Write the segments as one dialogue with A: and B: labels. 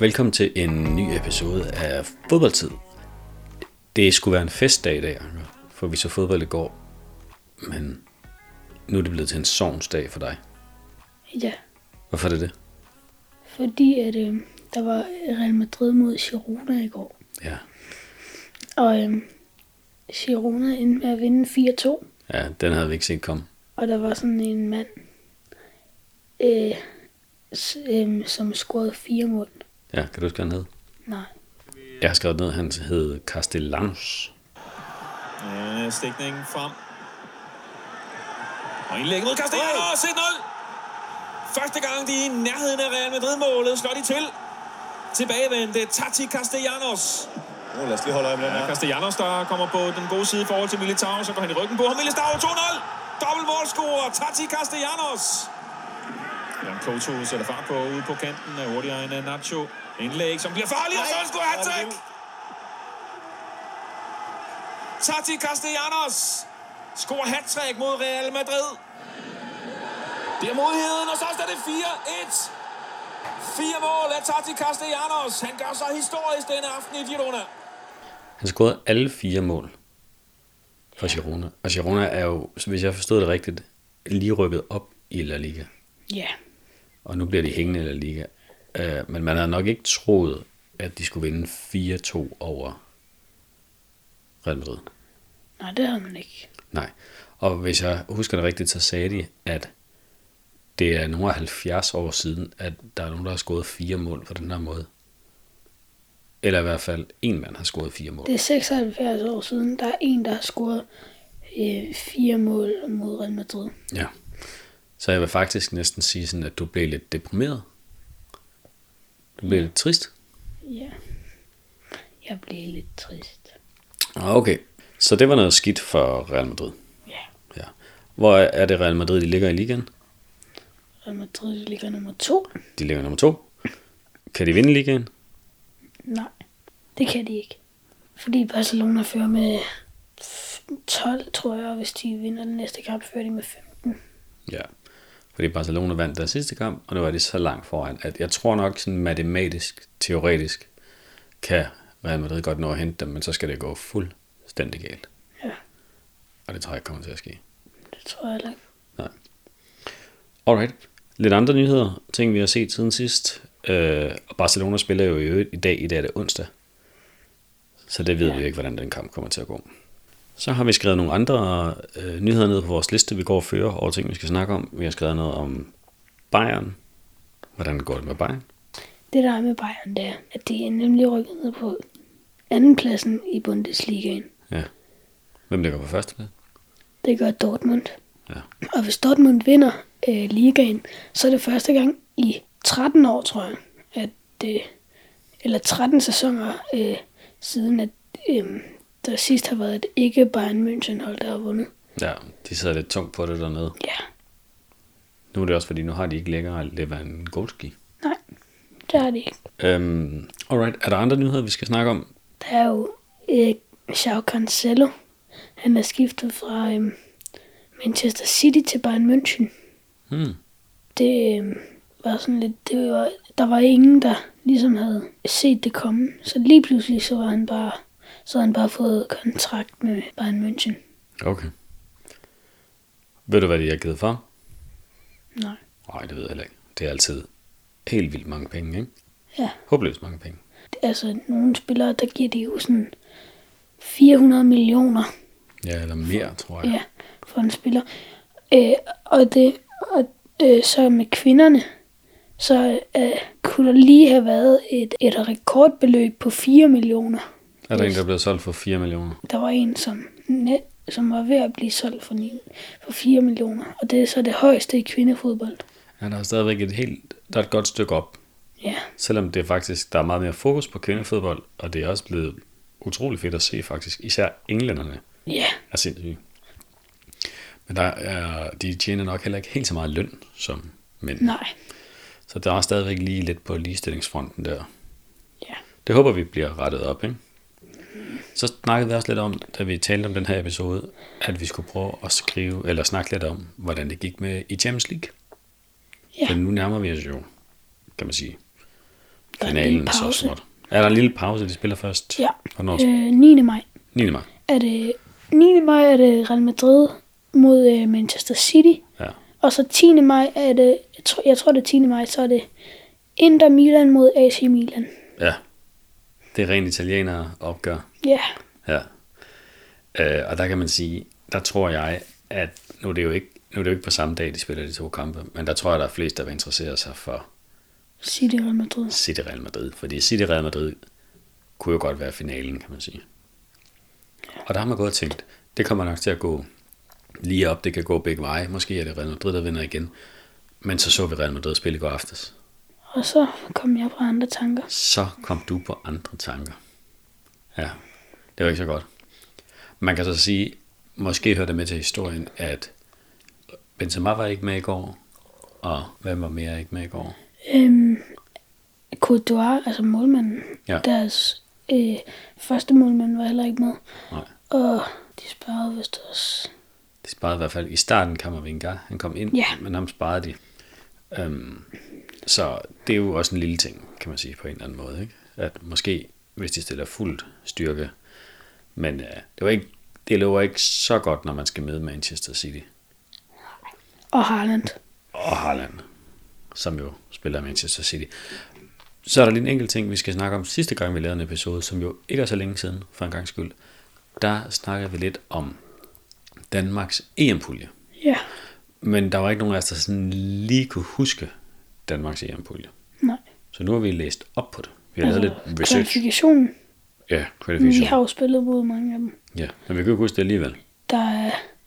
A: Velkommen til en ny episode af Fodboldtid. Det skulle være en festdag i dag, Anker, for vi så fodbold i går. Men nu er det blevet til en sovnsdag for dig.
B: Ja,
A: Hvorfor er det det?
B: fordi at øh, der var Real Madrid mod Girona i går.
A: Ja,
B: Og øh, Girona endte med at vinde 4-2.
A: ja den havde vi ikke set komme.
B: Og der var sådan en mand, øh, s- øh, som scorede fire mål.
A: Ja, kan du huske, hvad han hed?
B: Nej.
A: Jeg har skrevet ned, at han hed Castellans.
C: Øh, stikningen frem. Og indlægget mod Castellanos. 1-0. Første gang, de er i nærheden af Real Madrid-målet, slår de til. Tilbagevendte Tati Castellanos.
D: Nu lad os lige holde øje med den
C: Ja.
D: her.
C: Castellanos, der kommer på den gode side i forhold til Militao, så går han i ryggen på ham. Militao 2-0. Dobbelt målscorer, Tati Castellanos. Jan Koto sætter fart på ude på kanten af hurtigere end øh, Nacho. Indlæg, som bliver farlig, og så scorer han
D: Nej.
C: Tati Castellanos scorer hat mod Real Madrid. Det er modigheden, og så er det 4-1. Fire mål af Tati Castellanos. Han gør sig historisk denne aften i Girona.
A: Han scorede alle fire mål for Girona. Og Girona er jo, hvis jeg forstod det rigtigt, lige rykket op i La Liga.
B: Ja.
A: Og nu bliver de hængende i La Liga. Øh, men man havde nok ikke troet, at de skulle vinde 4-2 over Real Madrid.
B: Nej, det havde man ikke.
A: Nej. Og hvis jeg husker det rigtigt, så sagde de, at det er nogle af 70 år siden, at der er nogen, der har scoret fire mål på den her måde. Eller i hvert fald en mand har scoret fire mål.
B: Det er 76 år siden, der er en, der har scoret øh, fire mål mod Real Madrid.
A: Ja. Så jeg vil faktisk næsten sige sådan, at du blev lidt deprimeret. Du blev lidt trist.
B: Ja. Jeg blev lidt trist.
A: Ah, Okay. Så det var noget skidt for Real Madrid.
B: Ja.
A: Ja. Hvor er det Real Madrid, de ligger i ligaen?
B: Real Madrid ligger nummer to.
A: De ligger nummer to. Kan de vinde ligaen?
B: Nej, det kan de ikke. Fordi Barcelona fører med 12, tror jeg, og hvis de vinder den næste kamp, fører de med 15.
A: Ja. Fordi Barcelona vandt deres sidste kamp, og nu var de så langt foran, at jeg tror nok sådan matematisk, teoretisk, kan Real Madrid godt nå at hente dem, men så skal det gå fuldstændig galt.
B: Ja.
A: Og det tror jeg ikke kommer til at ske.
B: Det tror jeg langt.
A: Nej. Alright. Lidt andre nyheder, ting vi har set siden sidst. Øh, og Barcelona spiller jo i øvrigt i dag, i dag er det onsdag. Så det ved ja. vi jo ikke, hvordan den kamp kommer til at gå. Så har vi skrevet nogle andre øh, nyheder ned på vores liste, vi går og fører over ting, vi skal snakke om. Vi har skrevet noget om Bayern. Hvordan går det med Bayern?
B: Det der er med Bayern, det er, at de er nemlig rykket ned på andenpladsen i Bundesligaen.
A: Ja. Hvem ligger på første plads?
B: Det gør Dortmund.
A: Ja.
B: Og hvis Dortmund vinder øh, ligaen, så er det første gang i 13 år, tror jeg, at, øh, eller 13 sæsoner øh, siden, at øh, der sidst har været et ikke Bayern München hold, der har vundet.
A: Ja, de sidder lidt tungt på det dernede.
B: Ja,
A: Nu er det også, fordi nu har de ikke længere Lewandowski.
B: nej, det har de ikke.
A: Øhm, alright, er der andre nyheder, vi skal snakke om?
B: Der er jo øh, Xhao Cancelo. Han er skiftet fra øh, Manchester City til Bayern München.
A: Hmm.
B: Det øh, var sådan lidt... Det var, der var ingen, der ligesom havde set det komme. Så lige pludselig så var han bare, så havde han bare fået kontrakt med Bayern München.
A: Okay. Ved du, hvad de har givet for?
B: Nej.
A: Nej, det ved jeg heller ikke. Det er altid helt vildt mange penge, ikke?
B: Ja.
A: Håbløst mange penge.
B: Altså, nogle spillere, der giver de jo sådan 400 millioner
A: Ja, eller mere, tror jeg.
B: Ja, for en spiller. Øh, og det, og, øh, så med kvinderne, så øh, kunne der lige have været et, et rekordbeløb på 4 millioner.
A: Er der en, der er blevet solgt for 4 millioner?
B: Der var en, som, net, som var ved at blive solgt for, ni, for 4 millioner, og det er så det højeste i kvindefodbold.
A: Ja, der er stadigvæk et helt, der er et godt stykke op.
B: Ja,
A: Selvom det er faktisk, der er meget mere fokus på kvindefodbold, og det er også blevet utrolig fedt at se faktisk. Især englænderne
B: ja,
A: er sindssyge. Men der er, de tjener nok heller ikke helt så meget løn som mænd.
B: nej,
A: Så der er stadigvæk lige lidt på ligestillingsfronten der.
B: ja.
A: Det håber vi bliver rettet op, ikke? Så snakkede vi også lidt om, da vi talte om den her episode, at vi skulle prøve at skrive, eller snakke lidt om, hvordan det gik med i Champions League.
B: Ja.
A: Ja. Men nu nærmer vi os jo, kan man sige,
B: Der er en
A: finalen
B: lille
A: så
B: pause.
A: småt. Er der en lille pause, de spiller først?
B: Ja.
A: Hvornår? Øh.
B: Øh, 9. maj.
A: 9. maj.
B: Er det 9. maj er det Real Madrid mod øh, Manchester City.
A: Ja.
B: Og så 10. maj er det, jeg tror, jeg tror det er 10. maj, så er det Inter Milan mod AC Milan.
A: ja. Det er rent italienere opgør.
B: Ja,
A: Ja. Øh, og der kan man sige, der tror jeg, at nu er det jo ikke, nu er det jo ikke på samme dag, de spiller de to kampe, men der tror jeg, der er flest, der vil interessere sig for
B: City Real Madrid.
A: City Real Madrid. Fordi City Real Madrid kunne jo godt være finalen, kan man sige. Og der har man gået og tænkt, det kommer nok til at gå lige op, det kan gå begge veje. Måske er det Real Madrid, der vinder igen. Men så så vi Real Madrid spille i går aftes.
B: Og så kom jeg på andre tanker.
A: så kom du på andre tanker. Ja, det var ikke så godt. Man kan så sige, måske hører det med til historien, at Benzema var ikke med i går, og hvem var mere ikke med i går?
B: Øhm, Courtois, altså målmanden,
A: Ja.
B: deres øh, første målmand var heller ikke med.
A: Nej,
B: Og de sparede vist også.
A: de sparede i hvert fald i starten Kammervinga. Han kom ind,
B: Ja.
A: men ham sparede de. Øhm, så det er jo også en lille ting, kan man sige på en eller anden måde. Ikke? At måske, hvis de stiller fuldt styrke, men øh, det, var ikke, det lover ikke så godt, når man skal møde Manchester City.
B: Og Haaland.
A: og Haaland, som jo spiller i Manchester City. Så er der lige en enkelt ting, vi skal snakke om sidste gang, vi lavede en episode, som jo ikke er så længe siden, for en gang skyld. Der snakkede vi lidt om Danmarks EM-pulje.
B: Ja,
A: Men der var ikke nogen af os, der sådan lige kunne huske Danmarks EM-pulje.
B: nej.
A: Så nu har vi læst op på det. Vi har lavet lidt research.
B: Kvalifikationen.
A: Ja,
B: Vi har
A: kvalifikation.
B: jo spillet mod mange af dem.
A: Ja, men vi kan jo ikke huske det alligevel.
B: Der er,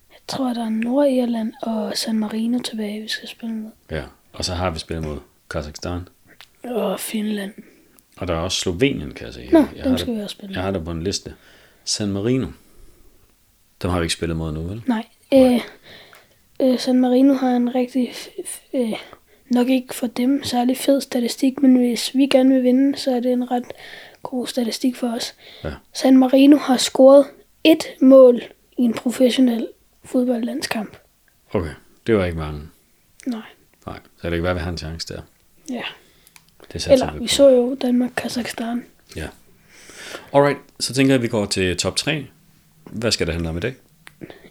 B: jeg tror, der er Nordirland og San Marino tilbage, vi skal spille mod.
A: Ja. Og så har vi spillet mod Kazakhstan.
B: Og Finland.
A: Og der er også Slovenien, kan jeg se.
B: Nå,
A: jeg
B: dem
A: har
B: skal
A: det,
B: vi også spille.
A: Jeg har det på en liste. San Marino. Dem har vi ikke spillet mod nu, vel?
B: Nej. Øh, øh, San Marino har en rigtig, f- f- øh, nok ikke for dem, særlig fed statistik, men hvis vi gerne vil vinde, så er det en ret god statistik for os.
A: Ja.
B: San Marino har scoret et mål i en professionel fodboldlandskamp.
A: Okay, det var ikke mange.
B: Nej.
A: Nej, så det kan være, at vi har en chance der.
B: Ja.
A: Det satser
B: Eller
A: vi
B: vi
A: på.
B: så jo Danmark, Kazakhstan.
A: Ja. Alright, så tænker jeg, at vi går til top 3. Hvad skal det handle om i dag?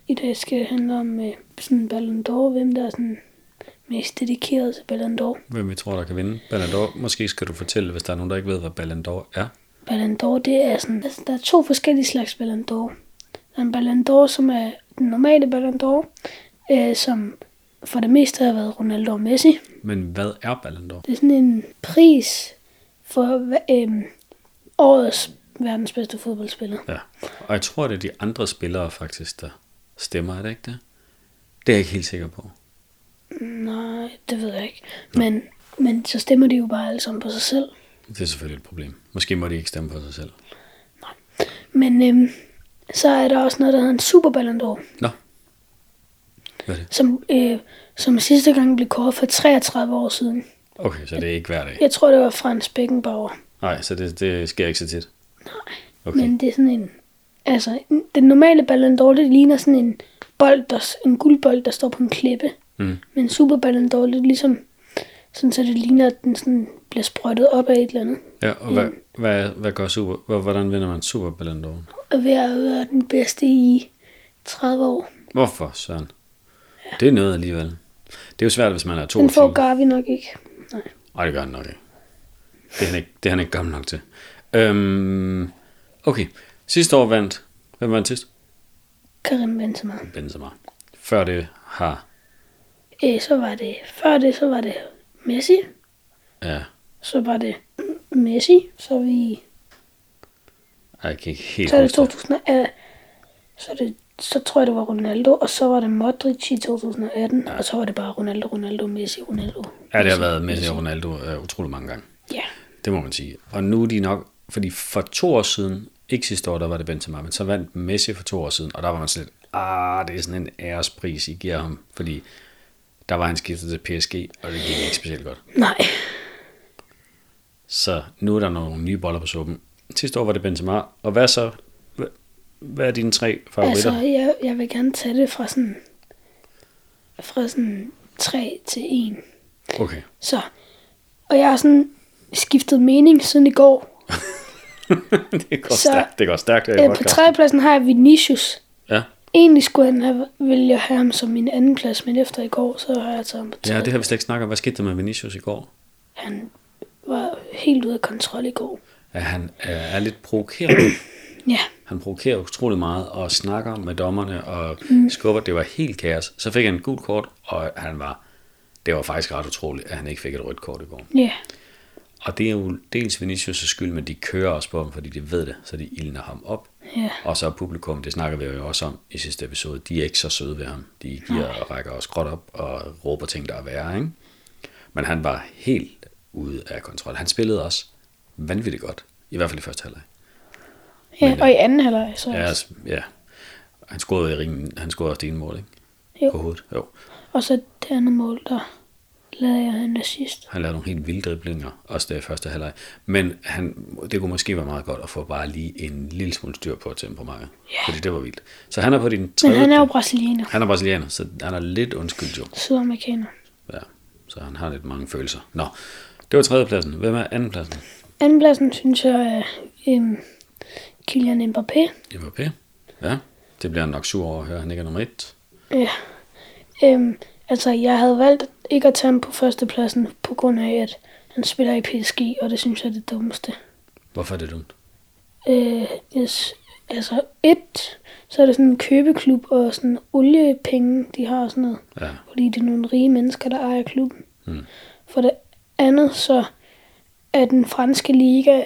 B: I dag skal det handle om øh, sådan Ballon d'Or, hvem der er sådan mest dedikeret til Ballon d'Or.
A: Hvem vi tror, der kan vinde? Ballon d'Or. Måske skal du fortælle, hvis der er nogen, der ikke ved, hvad Ballon d'Or er.
B: Ballon d'Or, det er sådan, altså, der er to forskellige slags Ballon d'Or. Der er en Ballon d'Or, som er den normale Ballon d'Or, øh, som for det meste har været Ronaldo og Messi.
A: Men hvad er Ballon d'Or?
B: Det er sådan en pris for hva- øh, årets verdens bedste fodboldspiller.
A: Ja, og jeg tror, det er de andre spillere faktisk, der stemmer, er det ikke det? Det er jeg ikke helt sikker på.
B: Nej, det ved jeg ikke. Men, men så stemmer de jo bare alle sammen på sig selv.
A: Det er selvfølgelig et problem. Måske må de ikke stemme på sig selv.
B: Men øh, så er der også noget, der hedder en Super Ballon d'Or.
A: Nå. Hvad er det?
B: som, øh, som sidste gang blev kåret for 33 år siden.
A: Okay, så det er ikke hver dag.
B: Jeg tror, det var Frans Beckenbauer.
A: Nej, så det, det sker ikke så tit.
B: Okay.
A: Okay.
B: Men det er sådan en... Altså, en- den normale Ballon d'Or, det ligner sådan en bold, der, s- en guldbold, der står på en klippe.
A: Mm.
B: Men Super Ballon d'Or, det er ligesom... Sådan, så det ligner, at den sådan bliver sprøjtet op af et eller andet.
A: Ja, og hvad, hvad, hvad gør super, hvor- hvordan vinder man Super Ballon d'Or?
B: Og ved at være den bedste i 30 år.
A: Hvorfor, Søren? Det er noget alligevel. Det er jo svært, hvis man er
B: Den
A: 22.
B: får Garvey nok ikke. Nej.
A: Nej, det gør han nok ikke. Det er han ikke, det er han ikke gammel nok til. Øhm, okay, sidste år vandt. Hvem vandt sidst?
B: Karim Benzema.
A: Benzema. Før det har...
B: Øh, så var det... Før det, så var det Messi.
A: Ja,
B: Så var det Messi. Så er vi
A: ej, jeg kan ikke helt
B: Så er
A: huske
B: det 2000, ja, så, er det, så tror jeg, det var Ronaldo, og så var det Modric i 2018, og så var det bare Ronaldo, Ronaldo, Messi, Ronaldo.
A: Ja, det har været Messi og Ronaldo øh, utrolig mange gange.
B: Ja,
A: Det må man sige. Og nu er de nok, fordi for to år siden, ikke sidste år, der var det Benzema, men så vandt Messi for to år siden, og der var man sådan lidt, ah, det er sådan en ærespris, I giver ham, fordi der var han skiftet til PSG, og det gik ikke specielt godt.
B: nej,
A: Så nu er der nogle nye boller på suppen. Sidste år var det Benzema, og hvad så? Hva- Hvad er dine tre
B: Altså,
A: favoritter? Altså,
B: jeg, jeg vil gerne tage det fra sådan, fra sådan 3 til 1.
A: okay.
B: Så, og jeg har sådan skiftet mening siden i går.
A: det går
B: Så-
A: stærkt. Det går stærkt her i
B: Øh, på
A: podcasten.
B: tredjepladsen har jeg Vinicius.
A: Ja.
B: Egentlig skulle han have, ville jeg have ham som min anden plads, men efter i går, så har jeg taget ham på
A: ja,
B: tredje.
A: det har vi slet ikke snakket om. Hvad skete der med Vinicius i går?
B: Han var helt ude af kontrol i går.
A: At han øh, er lidt provokerende.
B: Ja,
A: Han provokerer utrolig meget og snakker med dommerne og mm. skubber. Det var helt kaos. Så fik han en gult kort, og han var... Det var faktisk ret utroligt, at han ikke fik et rødt kort i går.
B: ja,
A: Og det er jo dels Vinicius' skyld, men de kører også på ham, fordi de ved det, så de ildner ham op.
B: ja.
A: Og så er publikum, det snakker vi jo også om i sidste episode, de er ikke så søde ved ham. De giver og rækker også gråt op og råber ting, der er værre, ikke? Men han var helt ude af kontrol. Han spillede også vanvittigt godt, i hvert fald i første halvleg.
B: ja.
A: Men, øh,
B: og i anden halvleg, så
A: Ja,
B: ja.
A: altså, ja. Han scorede i ringen, han scorede også det ene mål, ikke?
B: Jo.
A: På hovedet, jo.
B: Og så det andet mål, der lavede jeg en assist.
A: Han lavede nogle helt vilde driblinger, også der i første halvleg. Men han, det kunne måske være meget godt at få bare lige en lille smule styr på temperamentet. Yeah. Fordi det var vildt. Så han er på din
B: Men
A: tredje...
B: han er jo
A: plads.
B: brasilianer,
A: han er brasilianer, så han er lidt undskyldt jo.
B: sydamerikaner.
A: Ja, så han har lidt mange følelser. Nå, det var tredjepladsen. Hvem er andenpladsen?
B: Andenpladsen synes jeg er øhm, Kylian Mbappé.
A: Mbappé. Ja, det bliver han nok sur over at høre, at han ikke er nummer et.
B: Ja. Øhm, altså, jeg havde valgt ikke at tage ham på førstepladsen, på grund af, at han spiller i PSG, og det synes jeg er det dummeste.
A: Hvorfor er det dumt?
B: Øh, yes, altså, et, så er det sådan en købeklub og sådan oliepenge, de har og sådan noget.
A: Ja,
B: fordi det er nogle rige mennesker, der ejer klubben. Mm. For det andet, så er den franske liga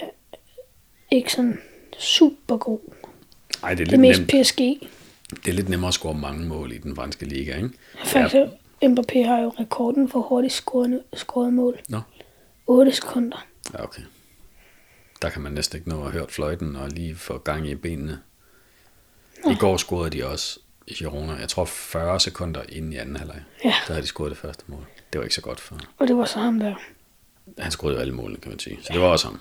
B: ikke sådan super god.
A: Ej, det er
B: Det er
A: lidt
B: mest
A: nemt.
B: PSG.
A: Det er lidt nemmere at score mange mål i den franske liga, ikke?
B: For eksempel, Mbappé har jo rekorden for hurtigt scorende, scoret mål.
A: Nå,
B: 8 sekunder.
A: ja, okay. Der kan man næsten ikke nå at høre fløjten og lige få gang i benene. I går scorede de også i Girona. Jeg tror 40 sekunder inden i anden halvleg.
B: Ja.
A: Der havde de scoret det første mål. Det var ikke så godt for
B: Og det var så ham der,
A: Han scorede jo alle målene, kan man sige. Så det var også ham.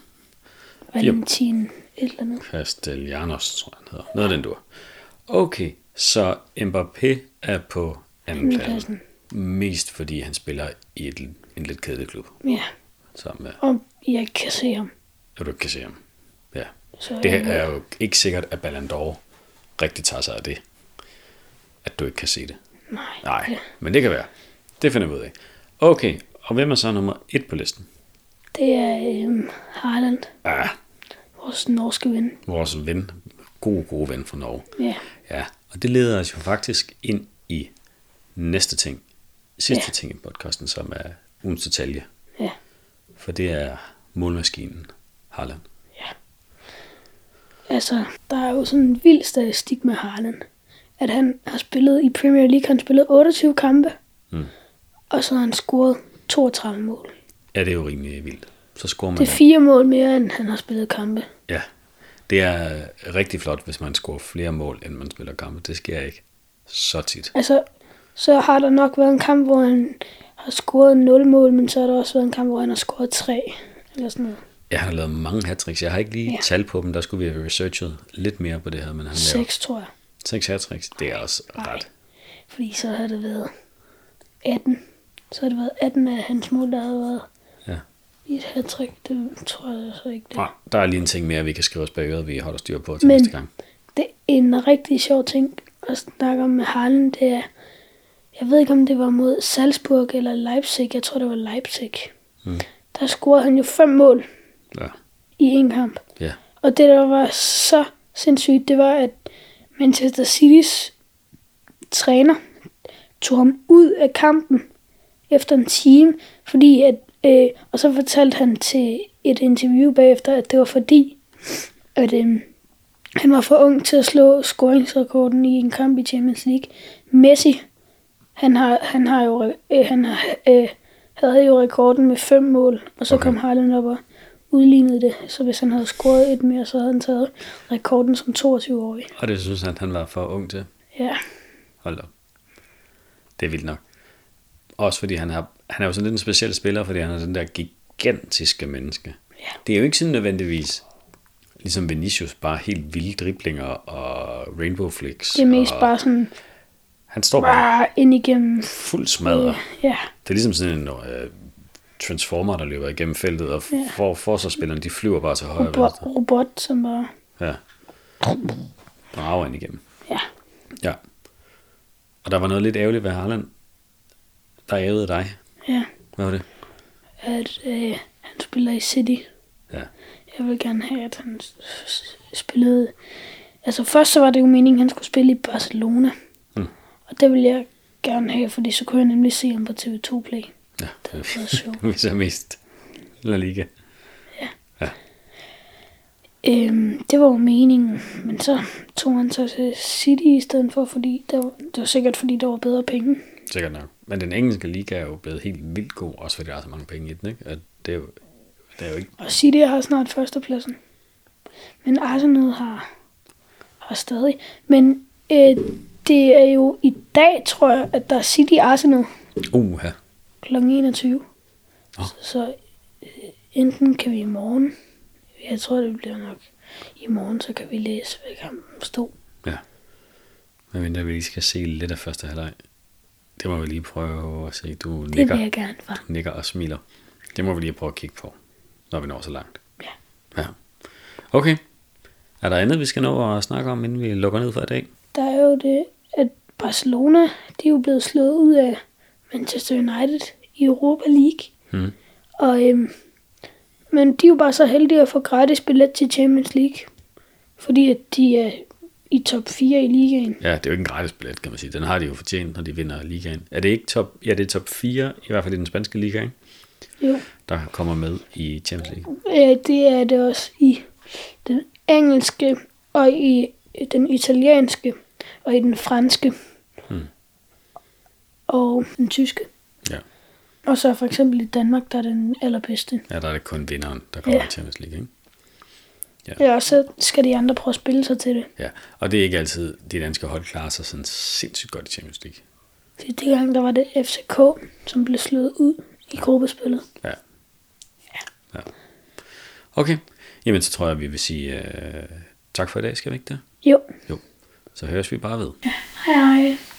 B: Valentin, et eller andet.
A: Castellanos, tror jeg, han hedder. Noget af den dur. Okay, så Mbappé er på andenpladsen. Mest fordi han spiller i et, en lidt kedelig klub,
B: Ja,
A: sammen med,
B: og jeg ikke kan se ham.
A: at du ikke kan se ham. Ja.
B: Så øh,
A: Det
B: jeg ved-
A: er jo ikke sikkert, at Ballon d'Or rigtig tager sig af det. At du ikke kan se det.
B: Nej.
A: øh, Nej, men det kan være. Det finder vi ud af. Okay, og hvem er så nummer et på listen?
B: Det er øhm, Harland,
A: Ah,
B: vores norske ven.
A: vores ven. God, god ven fra Norge.
B: Ja,
A: Ja, og det leder os jo faktisk ind i næste ting. Sidste ja. ting i podcasten, som er ugens detalje.
B: ja.
A: For det er målmaskinen Harland.
B: Altså, der er jo sådan en vild statistik med Haaland. At han har spillet i Premier League, han har spillet 28 kampe,
A: Mm.
B: og så har han scoret 32 mål.
A: Ja, det er jo rimelig vildt. Så scorer man
B: Det er fire mål mere, end han har spillet kampe.
A: Ja, det er øh, rigtig flot, hvis man scorer flere mål, end man spiller kampe. Det sker ikke så tit.
B: Altså, så har der nok været en kamp, hvor han har scoret 0 mål, men så har der også været en kamp, hvor han har scoret 3. Eller sådan noget.
A: Ja, han har lavet mange hat Jeg har ikke lige ja.
B: Ja.
A: tal på dem. Der skulle vi have researchet lidt mere på det her, men han laver
B: 6, tror jeg.
A: seks hat Det er også
B: Nej.
A: ret.
B: Fordi så har det været 18. Så har det været 18 af hans mål, der har været
A: Ja.
B: i et hattrick. Det tror jeg så ikke, det
A: Nej, der er lige en ting mere, vi kan skrive os bag øret, vi holder styr på til
B: Men-
A: næste gang.
B: Det er en rigtig sjov ting at snakke om med Harlen, det er, jeg ved ikke om det var mod Salzburg eller Leipzig, jeg tror det var Leipzig.
A: Mm.
B: Der scorede han jo fem mål
A: Ja.
B: i en kamp.
A: ja.
B: Og det der var så sindssygt, det var at Manchester City's træner tog ham ud af kampen efter en time, fordi at, øh, og så fortalte han til et interview bagefter, at det var fordi, at øh, han var for ung til at slå scoringsrekorden i en kamp i Champions League. Messi, han har, han har jo, øh, han har, øh, havde jo rekorden med fem mål, og så
A: Okay.
B: okay. kom Haaland op og udlignede det. Så hvis han havde scoret et mere, så havde han taget rekorden som 22-årig.
A: Og det synes han, han var for ung til.
B: Ja,
A: Hold op. Det er vildt nok. Også fordi han, har, han er jo sådan lidt en speciel spiller, fordi han er den der gigantiske menneske.
B: Ja.
A: Det er jo ikke sådan nødvendigvis ligesom Vinicius, bare helt vilde driblinger og rainbow flicks.
B: Det er mest
A: og
B: bare sådan,
A: Han står bare
B: bare ind igennem.
A: fuld smadret.
B: Ja,
A: Det er ligesom sådan en øh, transformer, der løber igennem feltet, og
B: Ja.
A: for, forsvarsspillerne, de flyver bare til højre og
B: robot,
A: venstre.
B: robot som bare,
A: Ja. Brager ind igennem.
B: ja,
A: Ja. Og der var noget lidt ærgerligt ved Harland. Der ærgede dig.
B: ja,
A: Hvad var det?
B: at øh, han spiller i City.
A: Ja.
B: Jeg vil gerne have, at han s- s- spillede... Altså først så var det jo meningen, at han skulle spille i Barcelona.
A: Mm.
B: Og det ville jeg gerne have, fordi så kunne jeg nemlig se ham på TV2 Play.
A: ja.
B: Det var sjovt.
A: Vi ser mest La Liga.
B: Øhm, det var jo meningen, men så tog han så til City i stedet for, fordi der, var- det var sikkert, fordi der var bedre penge.
A: Sikkert nok. Men den engelske liga er jo blevet helt vildt god, også fordi der er så mange penge i den, ikke? Og det er jo, det er jo ikke...
B: Og City har snart førstepladsen. Men Arsenal har, har stadig. Men øh, det er jo i dag, tror jeg, at der er City-Arsenal
A: Uha.
B: kl. 21.
A: Nå.
B: Så, så øh, enten kan vi i morgen, jeg tror det bliver nok i morgen, så kan vi læse, hvad kampen stod.
A: Ja. Men mindre vi lige skal se lidt af første halvleg. Det må vi lige prøve at se. Du
B: Det vil
A: nikker,
B: jeg gerne fra.
A: nikker og smiler. Det må vi lige prøve at kigge på, når vi når så langt.
B: Ja.
A: Ja. Okay. Er der andet, vi skal nå at snakke om, inden vi lukker ned for i dag?
B: Der er jo det, at Barcelona, de er jo blevet slået ud af Manchester United i Europa League.
A: Mm.
B: Og, øhm, men de er jo bare så heldige at få gratis billet til Champions League. Fordi at de er i top 4 i ligaen.
A: Ja, det er jo ikke en gratis billet, kan man sige. Den har de jo fortjent, når de vinder ligaen. Er det ikke top, ja, det er top 4, i hvert fald i den spanske liga, ikke?
B: Jo,
A: der kommer med i Champions League.
B: øh, det er det også i den engelske og i øh, den italienske og i den franske.
A: Mm.
B: Og den tyske.
A: Ja.
B: Og så for eksempel i Danmark, der er den allerbedste.
A: ja, der er det kun vinderen, der kommer
B: Ja.
A: i Champions League. Ikke?
B: Ja, og så skal de andre prøve at spille sig til det.
A: Ja. Og det er ikke altid, de danske hold klarer sig sådan sindssygt godt i Champions League.
B: Sidste gang, der var det FCK, som blev slået ud i gruppespillet.
A: Ja. ja. Okay, jamen så tror jeg, vi vil sige øh, tak for i dag, skal vi ikke det?
B: Jo,
A: Jo, så høres vi bare ved.
B: hej hej.